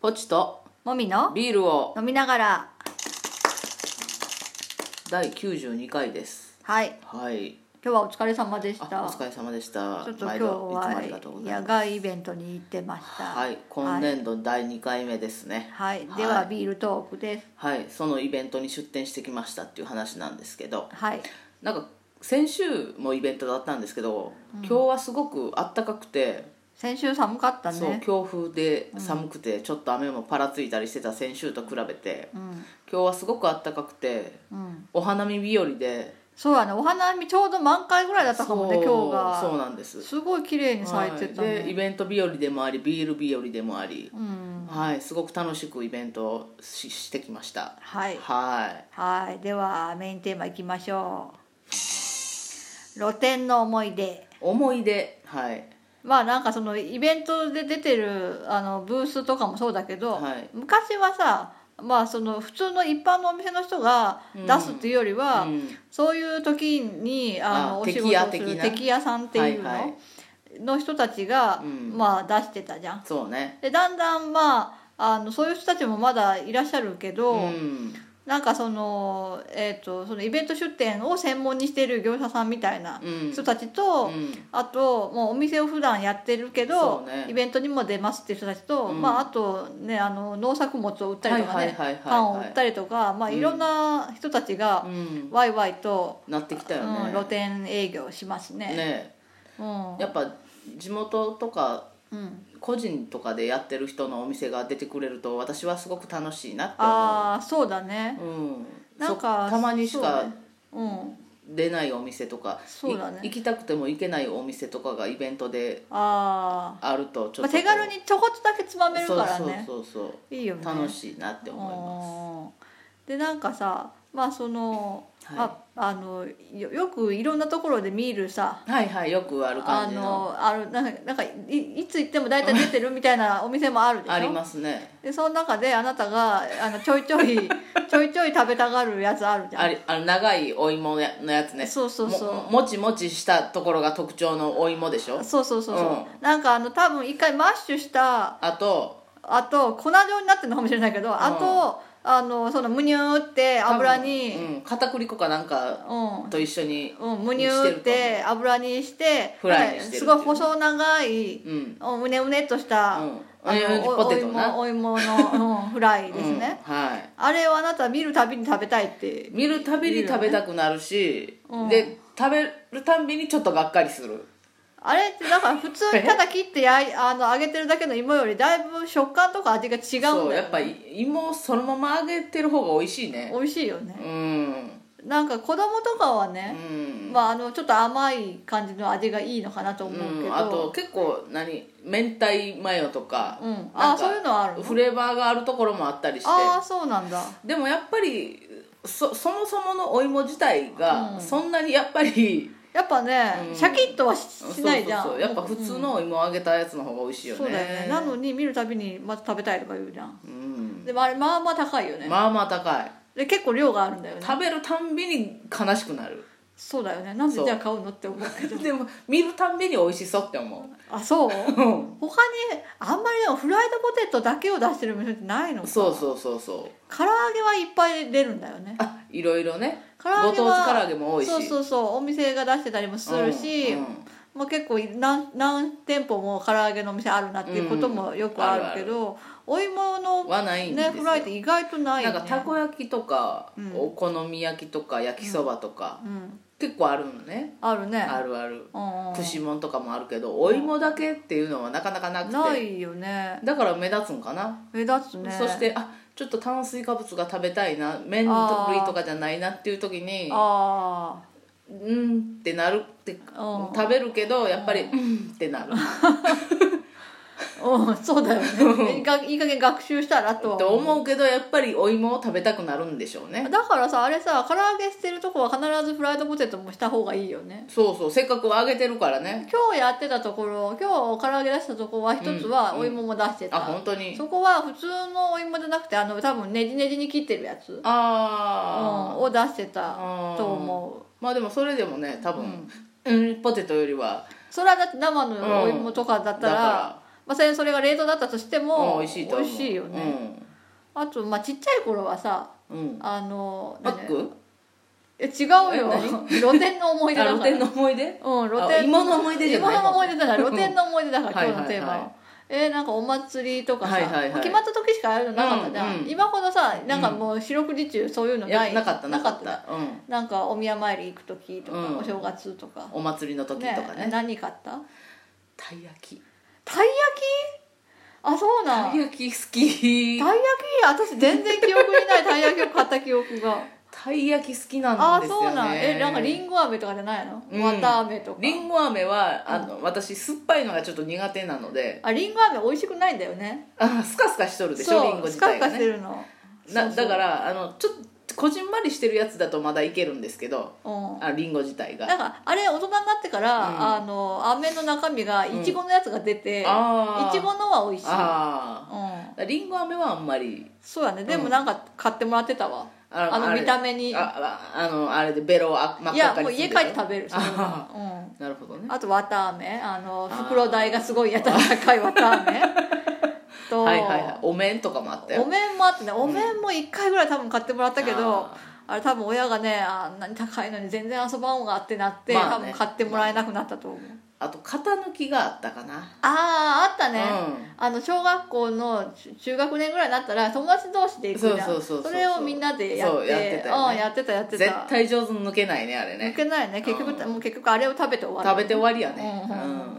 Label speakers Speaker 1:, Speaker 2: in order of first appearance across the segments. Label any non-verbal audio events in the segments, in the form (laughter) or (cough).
Speaker 1: ポチと
Speaker 2: もみの
Speaker 1: ビールを
Speaker 2: 飲みながら
Speaker 1: 第92回です
Speaker 2: はい
Speaker 1: はい
Speaker 2: 今日はお疲れ様でし
Speaker 1: あお
Speaker 2: た
Speaker 1: 疲れ様でした
Speaker 2: ちょっと今
Speaker 1: 毎
Speaker 2: 日
Speaker 1: 度いつもありが
Speaker 2: は
Speaker 1: とうござい
Speaker 2: 野
Speaker 1: ます
Speaker 2: 外イベントに行ってました
Speaker 1: はい今年度第2回目ですね
Speaker 2: はい、
Speaker 1: はい
Speaker 2: ではビールトークです
Speaker 1: はいそのイベントに出店してきましたっていう話なんですけど
Speaker 2: はい
Speaker 1: なんか先週もイベントだったんですけど、今日はすごくあったかくて
Speaker 2: 先週寒かった
Speaker 1: そう
Speaker 2: ね
Speaker 1: 強風で寒くて、ちょっと雨もぱらついたりしてた先週と比べて、今日はすごくあったかくて、お花見日和で
Speaker 2: そうやねお花見ちょうど満開ぐらいだったかもね
Speaker 1: そう
Speaker 2: 今日が
Speaker 1: そうなんです
Speaker 2: すごい綺麗に咲いてた
Speaker 1: はいでイ
Speaker 2: ね、
Speaker 1: ベント日和でもありビール日和でもあり、
Speaker 2: うん
Speaker 1: はい、すごく楽しくイベントをししてきました
Speaker 2: はい
Speaker 1: はい
Speaker 2: はいではメインテーマいきましょう露店の思い出
Speaker 1: 思い出はい
Speaker 2: まあなんかそのイベントで出てるあのブースとかもそうだけど、
Speaker 1: はい
Speaker 2: 昔はさまあその普通の一般のお店の人が出すっていうよりは、
Speaker 1: うん
Speaker 2: そういう時にあの
Speaker 1: あ
Speaker 2: お仕事
Speaker 1: 敵屋
Speaker 2: をす
Speaker 1: 的
Speaker 2: る
Speaker 1: な
Speaker 2: 敵屋さんっていうの、
Speaker 1: はいはい
Speaker 2: の人たちが、
Speaker 1: うん
Speaker 2: まあ出してたじゃん。
Speaker 1: そうね
Speaker 2: でだんだんまああのそういう人たちもまだいらっしゃるけど、
Speaker 1: うん
Speaker 2: なんかその,、えー、とそのイベント出店を専門にしている業者さんみたいな
Speaker 1: うん
Speaker 2: 人たちと、
Speaker 1: うん
Speaker 2: あともうお店を普段やってるけ
Speaker 1: そ
Speaker 2: ど、
Speaker 1: うね
Speaker 2: イベントにも出ますっていう人たちと、
Speaker 1: うん
Speaker 2: まあ、あと、ね、あの農作物を売ったりとか
Speaker 1: はい
Speaker 2: ね
Speaker 1: はいはいはいはい
Speaker 2: パンを売ったりとか、まあ、
Speaker 1: うん
Speaker 2: いろんな人たちが
Speaker 1: うん
Speaker 2: ワイワイと、
Speaker 1: なってきたよね、
Speaker 2: うん露店営業しますね。
Speaker 1: ね
Speaker 2: うん
Speaker 1: やっぱ地元とか
Speaker 2: うん、
Speaker 1: 個人とかでやってる人のお店が出てくれると私はすごく楽しいなって思
Speaker 2: ああそうだね。
Speaker 1: う、うん、
Speaker 2: なんか
Speaker 1: そたまにしか
Speaker 2: そうねうん
Speaker 1: 出ないお店とか、
Speaker 2: そうだね
Speaker 1: い行きたくても行けないお店とかがイベントで
Speaker 2: あ
Speaker 1: あるとち
Speaker 2: ー、
Speaker 1: ょっとこ
Speaker 2: まあ、手
Speaker 1: う、
Speaker 2: 軽にちょこっとだけつまめるからね
Speaker 1: そうそうそう
Speaker 2: いいよね
Speaker 1: そう楽しいなって思
Speaker 2: 思いでなんかさまあその、
Speaker 1: はい
Speaker 2: まあ、あのよよくいろんなところで見るさ
Speaker 1: いますはいはいよくある
Speaker 2: あ
Speaker 1: 感じの
Speaker 2: のあるなんかなんかいいつ行っても大体出てるみたいなお店もあるでしょ
Speaker 1: ありますね
Speaker 2: でその中であなたがあのちょいちょ
Speaker 1: (laughs)
Speaker 2: いちょいちょい食べたがるやつあるじゃ
Speaker 1: あ
Speaker 2: ん
Speaker 1: りあの長いお芋のやつね
Speaker 2: そうそうそう
Speaker 1: ももちもちしたところが特徴のお芋でしょ
Speaker 2: そうそうそうそう、
Speaker 1: う
Speaker 2: なんかあの多分一回マッシュした
Speaker 1: あと
Speaker 2: あと粉状になってるのかもしれないけど、あとあのそのむにゅーって油に、
Speaker 1: うん、片栗粉かなんか
Speaker 2: うん、
Speaker 1: と一緒に
Speaker 2: うん、むにゅーって油にして
Speaker 1: フライにしてるっていう
Speaker 2: すごい細長い、
Speaker 1: うん
Speaker 2: うんうねうねっとした、
Speaker 1: うん
Speaker 2: あ
Speaker 1: うねうね
Speaker 2: のお
Speaker 1: ポ
Speaker 2: お
Speaker 1: テトな
Speaker 2: 芋お芋の、うん、フライですね、
Speaker 1: うんはい
Speaker 2: あれをあなた見るたびに食べたいって
Speaker 1: 見るたびに食べたくなるし、で食べるたんびにちょっとがっかりする
Speaker 2: あれってだから普通にただ切ってやいあの揚げてるだけの芋よりだいぶ食感とか味が違うんだよ、
Speaker 1: そう
Speaker 2: ね、
Speaker 1: やっぱり芋そのまま揚げてる方が美味しいね
Speaker 2: 美味しいよね
Speaker 1: うん
Speaker 2: なんか子供とかは
Speaker 1: う
Speaker 2: ね、
Speaker 1: ん、
Speaker 2: まああのちょっと甘い感じの味がいいのかなと思うけど、
Speaker 1: うん、あと結構何明太マヨとか,、
Speaker 2: うん
Speaker 1: なんか
Speaker 2: あそういうのはあるの
Speaker 1: フレーバーがあるところもあったりして
Speaker 2: ああそうなんだ
Speaker 1: でもやっぱりそそもそものお芋自体がそんなにやっぱり、
Speaker 2: やっぱね、
Speaker 1: うん
Speaker 2: シャキッとはししないじゃん
Speaker 1: そうそうそうやっぱ普通のお芋揚げたやつの方が美味しいよね、
Speaker 2: そうだよねなのに見るたびにまた食べたいとか言うじゃん
Speaker 1: うん
Speaker 2: でもあれまあまあ高いよね、
Speaker 1: まあまあ高い
Speaker 2: で結構量があるんだよね
Speaker 1: 食べるたんびに悲しくなる
Speaker 2: そうだよねなんで
Speaker 1: そう
Speaker 2: じゃあ買うのって思うけど
Speaker 1: でも見るたんびに美味しそうって思
Speaker 2: あそう
Speaker 1: ううん
Speaker 2: 他にあんまりでもフライドポテトだけを出してる店ってないのか
Speaker 1: そうそうそうそう
Speaker 2: 唐揚げはいっぱい出るんだよね
Speaker 1: あいろいろね
Speaker 2: 唐揚
Speaker 1: ご
Speaker 2: げ
Speaker 1: 当
Speaker 2: は
Speaker 1: 地唐揚げも多いし
Speaker 2: そうそうそうお店が出してたりもするし、
Speaker 1: うんうん
Speaker 2: まあ、結構何何店舗も唐揚げのお店あるなっていうこともよくあるけど、お芋の
Speaker 1: はないんです
Speaker 2: ね
Speaker 1: よ
Speaker 2: フライって意外とないよ
Speaker 1: なん
Speaker 2: ね
Speaker 1: かたこ焼きとか、
Speaker 2: うん
Speaker 1: お好み焼きとか焼きそばとか、
Speaker 2: うん
Speaker 1: 結構あるのね
Speaker 2: あるね
Speaker 1: あるある
Speaker 2: うんうん
Speaker 1: 串もんとかもあるけどお芋だけっていうのはなかなかなくて
Speaker 2: ないよね
Speaker 1: だから目立つんかな、
Speaker 2: 目立つね
Speaker 1: そしてあちょっと炭水化物が食べたいな麺類とかじゃないなっていう時に
Speaker 2: あ
Speaker 1: うんってなるって
Speaker 2: あ
Speaker 1: 食べるけどやっぱりうんってなる
Speaker 2: うん (laughs) そうだよねいいかいい加減学習したらとは
Speaker 1: と思うけどやっぱりお芋を食べたくなるんでしょうね
Speaker 2: だからさあれさ唐揚げしてるとこは必ずフライドポテトもした方がいいよね
Speaker 1: そうそうせっかく揚げてるからね
Speaker 2: 今日やってたところ今日唐揚げ出したとこは一つはお芋も出して
Speaker 1: あ
Speaker 2: た、
Speaker 1: 本当に
Speaker 2: そこは普通のお芋じゃなくてあの多分ねじねじに切ってるやつ、うん、
Speaker 1: ああ
Speaker 2: を出してた
Speaker 1: あー
Speaker 2: と思う
Speaker 1: まあでもそれでもね多分、うんポテトよりは
Speaker 2: それはだって生のお芋とかだったら,、
Speaker 1: だか
Speaker 2: まあ、それそれが冷凍だったとしても
Speaker 1: うん美味しいと思う
Speaker 2: よね、あと、まあ、ちっちゃい頃はさ
Speaker 1: うん、うん、
Speaker 2: あの
Speaker 1: バッグ
Speaker 2: え違うよ
Speaker 1: え
Speaker 2: (laughs) 露店の思い出
Speaker 1: あ
Speaker 2: だ
Speaker 1: 露
Speaker 2: から
Speaker 1: 店の思い出
Speaker 2: うん露
Speaker 1: あ
Speaker 2: 店
Speaker 1: 今の思い出じゃない
Speaker 2: 今の思い出だから露店の思い出だから
Speaker 1: うん
Speaker 2: 今日のテーマは
Speaker 1: はいはいはい
Speaker 2: えーなんかお祭りとかさ、
Speaker 1: はいはいはい
Speaker 2: 決まった時しかやるのなかったじゃん、
Speaker 1: うんうん
Speaker 2: 今ほどさなんかもう四六時中そういうの
Speaker 1: い
Speaker 2: な
Speaker 1: や
Speaker 2: い
Speaker 1: なかったなかっ
Speaker 2: な
Speaker 1: たうん
Speaker 2: なんかお宮参り行く時とか、
Speaker 1: うん
Speaker 2: お正月とか
Speaker 1: お祭りの時とかね
Speaker 2: 何買った
Speaker 1: たい焼き
Speaker 2: たい焼きあそうなん
Speaker 1: たい焼き好き
Speaker 2: たい焼き私全然記憶にないたい焼きを買った記
Speaker 1: (laughs)
Speaker 2: 憶が
Speaker 1: たい焼き好きな
Speaker 2: あ
Speaker 1: ん
Speaker 2: あ
Speaker 1: です
Speaker 2: そう
Speaker 1: よ
Speaker 2: なん
Speaker 1: ね
Speaker 2: えなんかりんご飴とかじゃないの、
Speaker 1: うん
Speaker 2: 綿飴とか
Speaker 1: りんご飴はあの、私酸っぱいのがちょっと苦手なので
Speaker 2: ありんご飴美味しくないんだよね
Speaker 1: あスカスカしとるでしょ
Speaker 2: そ
Speaker 1: りん
Speaker 2: う
Speaker 1: ご
Speaker 2: ス
Speaker 1: 自
Speaker 2: カス
Speaker 1: 体
Speaker 2: カ
Speaker 1: が
Speaker 2: して
Speaker 1: ね
Speaker 2: るの
Speaker 1: な
Speaker 2: そうそう
Speaker 1: だからあのちょっとこじんまりしてるやつだとまだいけるんですけど
Speaker 2: うん
Speaker 1: ありんご自体が
Speaker 2: なんかあれ大人になってから、
Speaker 1: うん
Speaker 2: あの飴の中身がいちごのやつが出て、
Speaker 1: あ
Speaker 2: い
Speaker 1: ー
Speaker 2: ちごのは美味しい、
Speaker 1: あ
Speaker 2: うん、
Speaker 1: ありんご飴はあんまり
Speaker 2: そうだねでも
Speaker 1: うん
Speaker 2: なんか買ってもらってたわ、
Speaker 1: あ
Speaker 2: あの
Speaker 1: あれ
Speaker 2: 見た目に
Speaker 1: あああのあれでベロをあ真っ
Speaker 2: い
Speaker 1: 赤っ
Speaker 2: や
Speaker 1: かに
Speaker 2: もう
Speaker 1: す
Speaker 2: 家
Speaker 1: る
Speaker 2: 帰って食べるそれは
Speaker 1: あ
Speaker 2: うん
Speaker 1: なるほどね
Speaker 2: あと綿あめあの
Speaker 1: あー
Speaker 2: 袋代がすごいやたら高い綿あめ
Speaker 1: (laughs)
Speaker 2: と、
Speaker 1: はいはいはいお面とかもあったよ
Speaker 2: お面もあってねお面も1回ぐらい多分買ってもらったけど、
Speaker 1: あ
Speaker 2: あれ多分親がねあんなに高いのに全然遊ばんがってなって、
Speaker 1: まあね
Speaker 2: 多分買ってもらえなくなったと思う、
Speaker 1: ーあと型抜きがあったかな
Speaker 2: ああーあったね、
Speaker 1: う
Speaker 2: あの小学校の中中学年ぐらいになったら友達同士で行くじゃん
Speaker 1: そうそうそうそう
Speaker 2: れをみんなでやって
Speaker 1: そうやってたよね
Speaker 2: うん、やってたやってた
Speaker 1: ん絶対上手に抜けないねあれ
Speaker 2: 抜
Speaker 1: ね
Speaker 2: けないね結
Speaker 1: う
Speaker 2: 局、
Speaker 1: ん
Speaker 2: もう結局あれを食べて終わる
Speaker 1: 食べて終わりやね
Speaker 2: う
Speaker 1: うん
Speaker 2: うんうん
Speaker 1: ん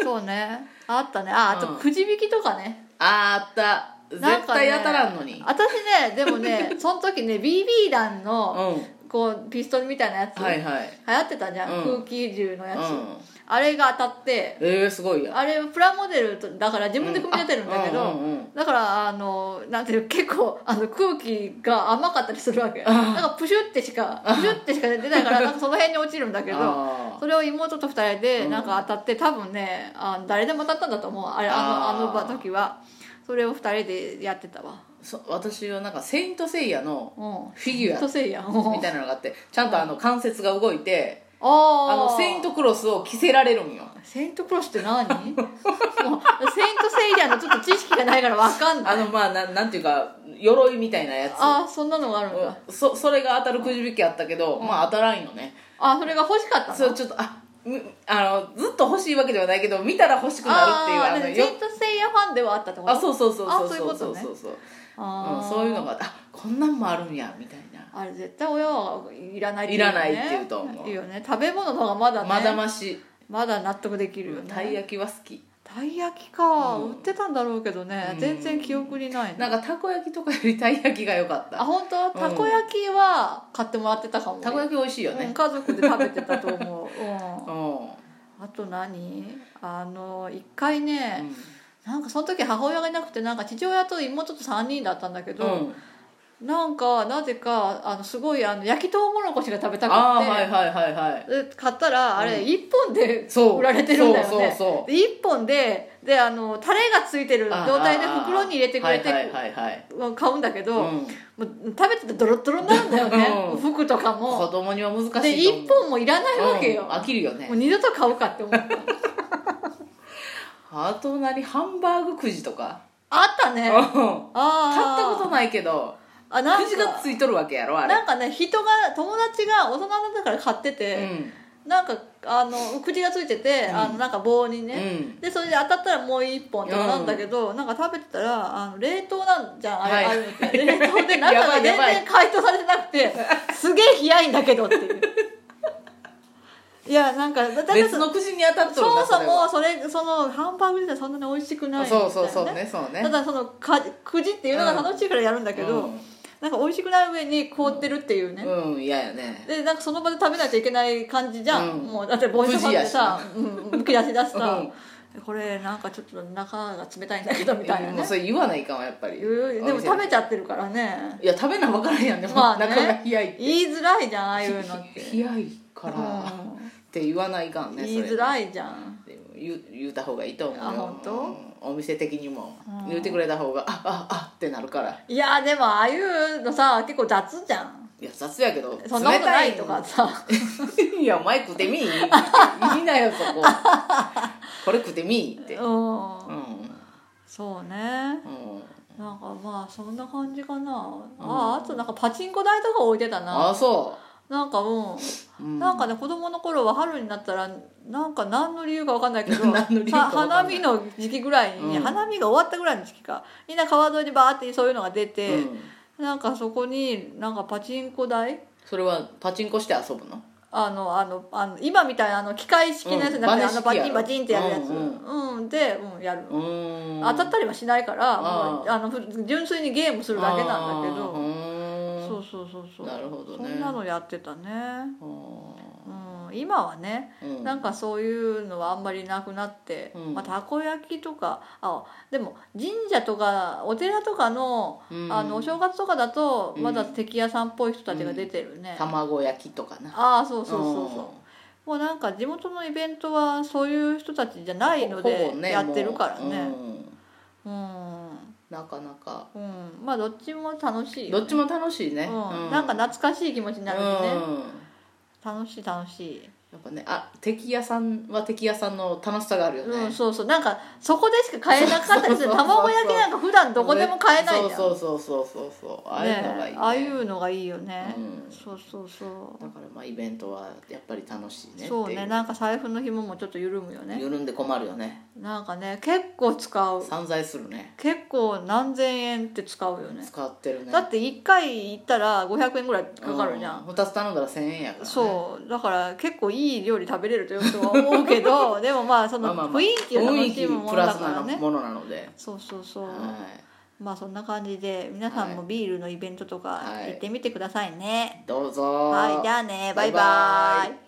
Speaker 2: そうねあったねああと
Speaker 1: うん
Speaker 2: くじ引きとかね、
Speaker 1: あーあった
Speaker 2: なん
Speaker 1: 絶
Speaker 2: かね
Speaker 1: 対当たらんのに
Speaker 2: 私ねでもね
Speaker 1: (laughs)
Speaker 2: その時ね BB 弾の
Speaker 1: う
Speaker 2: こうピストルみたいなやつ、
Speaker 1: んはいはい
Speaker 2: 流行ってたじゃん、
Speaker 1: うん
Speaker 2: 空気銃のや
Speaker 1: う
Speaker 2: つ、
Speaker 1: ん
Speaker 2: あれが当たって
Speaker 1: えー、すごいや
Speaker 2: あれプラモデルとだから自分で組み立てるんだけど、
Speaker 1: うんうんうんうん
Speaker 2: だからあのなんていう結構あの空気が甘かったりするわけなんかプシュってしかプシュってしか出ない
Speaker 1: (laughs)
Speaker 2: からなんかその辺に落ちるんだけど
Speaker 1: あ
Speaker 2: それを妹と二人で
Speaker 1: うん
Speaker 2: なんか当たって、多分ねあの誰でも当たったんだと思うあれあのあ
Speaker 1: あー
Speaker 2: の場時はそれを二人でやってたわ
Speaker 1: ーそ私はなんか「セイント・セイヤ」の
Speaker 2: うん
Speaker 1: フィギュ
Speaker 2: と
Speaker 1: ア
Speaker 2: せい (laughs) やん
Speaker 1: みたいなのがあってちゃんとあの関節が動いて
Speaker 2: あ
Speaker 1: あの
Speaker 2: ー
Speaker 1: セイント・クロスを着せられるんよ
Speaker 2: セイントクロスって何 (laughs) もうセイントセイヤのちょっと知識がないからわかんない
Speaker 1: あのまあななんていうか鎧みたいなやつ
Speaker 2: ああそんなのがあるんだ、
Speaker 1: うんそそれが当たるくじ引きあったけど、まあ当たらんよね
Speaker 2: あそれが欲しかったの
Speaker 1: そうちょっとあむあのずっと欲しいわけではないけど見たら欲しくなる
Speaker 2: ああ
Speaker 1: って
Speaker 2: セ
Speaker 1: い
Speaker 2: イ
Speaker 1: うあのよ
Speaker 2: ントセイヤファンではあったってこと
Speaker 1: あそうそうそうそ
Speaker 2: あ
Speaker 1: う
Speaker 2: そういう
Speaker 1: そ
Speaker 2: こ
Speaker 1: うそ
Speaker 2: と
Speaker 1: う
Speaker 2: ね
Speaker 1: そうそう、
Speaker 2: あ
Speaker 1: うん、
Speaker 2: ー
Speaker 1: そういうのがあってあこんなんもあるんやみたいな
Speaker 2: あれ絶対親はいらない
Speaker 1: いらないって言うと思う
Speaker 2: いいよね食べ物の方がまだね
Speaker 1: まだまし
Speaker 2: まだ納得できるよね
Speaker 1: たい焼きは好き
Speaker 2: たい焼きか、
Speaker 1: うん
Speaker 2: 売ってたんだろうけどね、
Speaker 1: うん
Speaker 2: 全然記憶にないね
Speaker 1: なんかたこ焼きとかよりたい焼きが良かっ
Speaker 2: あ
Speaker 1: た
Speaker 2: 本当
Speaker 1: ん
Speaker 2: たこ焼きは買ってもらってたかも、
Speaker 1: たこ焼き美味しいよ
Speaker 2: うん
Speaker 1: ね
Speaker 2: 家族で食べてたと思う、うん
Speaker 1: う、ん
Speaker 2: あと何あの一回ね、なんかその時母親がいなくてなんか父親と妹と3人だったんだけ
Speaker 1: う
Speaker 2: ど、
Speaker 1: ん
Speaker 2: なんかなぜかあのすごいあの焼きとうもろこしが食べたくて、
Speaker 1: ああーはいはいはいはい
Speaker 2: で買ったらあれ1本で
Speaker 1: そう
Speaker 2: 売られてるんだよね
Speaker 1: そうそうそう
Speaker 2: で1本でであのタレがついてる状態で袋に入れてくれて
Speaker 1: あーはいはいはいはい
Speaker 2: 買うんだけど、も
Speaker 1: うん
Speaker 2: う食べててドロッドロになるんだよね、
Speaker 1: うん
Speaker 2: 服とか
Speaker 1: 子
Speaker 2: も
Speaker 1: 供には難しいと思う
Speaker 2: で1本もいらないわけよ、
Speaker 1: うん飽きるよね
Speaker 2: もう二度と買おうかって思った
Speaker 1: あとなりハンバーグくじとか
Speaker 2: あった
Speaker 1: うん
Speaker 2: ね
Speaker 1: 買
Speaker 2: あ
Speaker 1: っ
Speaker 2: あ
Speaker 1: たことないけど
Speaker 2: あな
Speaker 1: く
Speaker 2: んか
Speaker 1: じがついとるわけやろあれ
Speaker 2: なんかね人が友達が大人だから買ってて、なんかあのくじがついてて、
Speaker 1: うん
Speaker 2: あのなんか棒に
Speaker 1: うん、
Speaker 2: ね、でそれで当たったらもう一本とかなんだけど、なんか食べてたらあの冷凍なんじゃんあれ、
Speaker 1: はい
Speaker 2: あるのって冷凍で中
Speaker 1: やば
Speaker 2: が
Speaker 1: い
Speaker 2: 全
Speaker 1: やばい
Speaker 2: 然解凍されてなくてすげえ冷やいんだけどっ
Speaker 1: (laughs)
Speaker 2: ていういやなんかだだ
Speaker 1: うん、
Speaker 2: から
Speaker 1: 別
Speaker 2: そ
Speaker 1: のくじに当たっとるん
Speaker 2: も
Speaker 1: だ
Speaker 2: そ
Speaker 1: れ
Speaker 2: も
Speaker 1: は
Speaker 2: それそのハンバーグ自体そんなに美味しくないんだよ
Speaker 1: そうそうそうねそうね
Speaker 2: ただそのかくじっていうのが楽しいからやるんだけど、なんか美味しくない上に凍ってるっていうね、
Speaker 1: うんうん嫌やね
Speaker 2: でなんかその場で食べないといけない感じじゃん、
Speaker 1: うん
Speaker 2: もうだってボイスファンでさ、うん、むき出しだしさ、これなんかちょっと中が冷たいんだけどみたいな
Speaker 1: も
Speaker 2: ね
Speaker 1: うそれ言わないかもやっぱり
Speaker 2: 言うでも食べちゃってるからね
Speaker 1: いや食べな分からへんやんね,、
Speaker 2: まあね
Speaker 1: 中が冷やい
Speaker 2: 言いづらいじゃんああいうのって、
Speaker 1: 冷やいから、っ
Speaker 2: うん
Speaker 1: て言わないかんね
Speaker 2: 言いづらいじゃん
Speaker 1: それでも言う言うた方がいいと思うよ
Speaker 2: あ本当
Speaker 1: うんお店的にも、
Speaker 2: うん
Speaker 1: 言うてくれた方があああってなるから
Speaker 2: いやでもああいうのさ結構雑じゃん
Speaker 1: いや雑やけど
Speaker 2: そんなことないとかさ
Speaker 1: (laughs) いや、
Speaker 2: (laughs)
Speaker 1: 前食ってみいいいなよ、そこ。これ食ってみいって。
Speaker 2: うん、そうね
Speaker 1: うん、
Speaker 2: なんかまあそんな感じかな、ああとなんかパチンコ台とか置いてた
Speaker 1: あ
Speaker 2: な
Speaker 1: あそ
Speaker 2: なんかうん
Speaker 1: う、うん、
Speaker 2: なんかね子供の頃は春になったらなんか何の理由か分かんないけど
Speaker 1: 何の理由か
Speaker 2: は
Speaker 1: わかんない
Speaker 2: 花見の時期ぐらいに、
Speaker 1: うん
Speaker 2: 花見が終わったぐらいの時期かみんな川沿いにバーってそういうのが出
Speaker 1: う
Speaker 2: て、
Speaker 1: ん、
Speaker 2: なんかそこになんかパチンコ台
Speaker 1: それはパチンコして遊ぶの
Speaker 2: あのあのあの今みたいなあの機械式のやつじゃなくて、
Speaker 1: うん
Speaker 2: あのバチンバチンってやるやつ、う
Speaker 1: うん
Speaker 2: で、うん、やるの
Speaker 1: うーん
Speaker 2: 当たったりはしないか
Speaker 1: あ
Speaker 2: ら
Speaker 1: ー
Speaker 2: もうあのふ純粋にゲームするだけなんだけ
Speaker 1: あー
Speaker 2: ど
Speaker 1: うーん
Speaker 2: そうそうそうそう
Speaker 1: なるほどね
Speaker 2: そんなのやってたね、
Speaker 1: あ
Speaker 2: うん、今はね
Speaker 1: ーうん
Speaker 2: なんかそういうのはあんまりなくなって、
Speaker 1: うん
Speaker 2: まあ、たこ焼きとかあでも神社とかお寺とかの,、
Speaker 1: うん
Speaker 2: あのお正月とかだと
Speaker 1: うん
Speaker 2: まだ関屋さんっぽい人たちが出てるね、
Speaker 1: 卵焼きとかな
Speaker 2: ああそうそうそうそうもうなんか地元のイベントはそういう人たちじゃないの
Speaker 1: ほ
Speaker 2: で
Speaker 1: ぼね
Speaker 2: やってるからね
Speaker 1: もううん
Speaker 2: うん、
Speaker 1: なかなか
Speaker 2: うん、まあどっちも楽しいよ
Speaker 1: どっちも楽しいね
Speaker 2: うん、なんか
Speaker 1: ね
Speaker 2: 懐かしい気持ちになるよね、
Speaker 1: うん
Speaker 2: 楽しい楽しい、
Speaker 1: やっぱねあ敵屋さんは敵屋さんの楽しさがあるよ
Speaker 2: うん
Speaker 1: ね
Speaker 2: そうそうなんかそこでしか買えなかったりす
Speaker 1: そ
Speaker 2: る
Speaker 1: うそうそうそう
Speaker 2: 卵焼きなんか普段どこでも買えないじゃん、ね、
Speaker 1: そうそうそうそうそうそうああいうのがいいね
Speaker 2: ああいうのがいいよね、
Speaker 1: うん
Speaker 2: そうそうそう
Speaker 1: だからまあイベントはやっぱり楽しいねってい
Speaker 2: そうねなんか財布の紐もちょっと緩むよね
Speaker 1: 緩んで困るよね
Speaker 2: なんかね結構使う
Speaker 1: 散財するね
Speaker 2: 結構何千円って使うよね
Speaker 1: 使ってるね
Speaker 2: だって1回行ったら500円ぐらいかかるじゃん、
Speaker 1: う2つ頼んだら1000円やから、ね、
Speaker 2: そうだから結構いい料理食べれるとよくは思う
Speaker 1: (laughs)
Speaker 2: けどでもまあそ
Speaker 1: まあ
Speaker 2: の
Speaker 1: まあまあ
Speaker 2: 雰囲気を楽しむ
Speaker 1: 雰囲
Speaker 2: も
Speaker 1: 気プ
Speaker 2: の
Speaker 1: ラ
Speaker 2: だ
Speaker 1: ス
Speaker 2: から
Speaker 1: な
Speaker 2: ね
Speaker 1: ものなので、
Speaker 2: そうそうそう、
Speaker 1: は
Speaker 2: まあそんな感じで皆さんもビールのイベントとか
Speaker 1: はい
Speaker 2: 行ってみてくださいね、
Speaker 1: い、どうぞ
Speaker 2: はい、じゃあねバイバイ
Speaker 1: バイバイ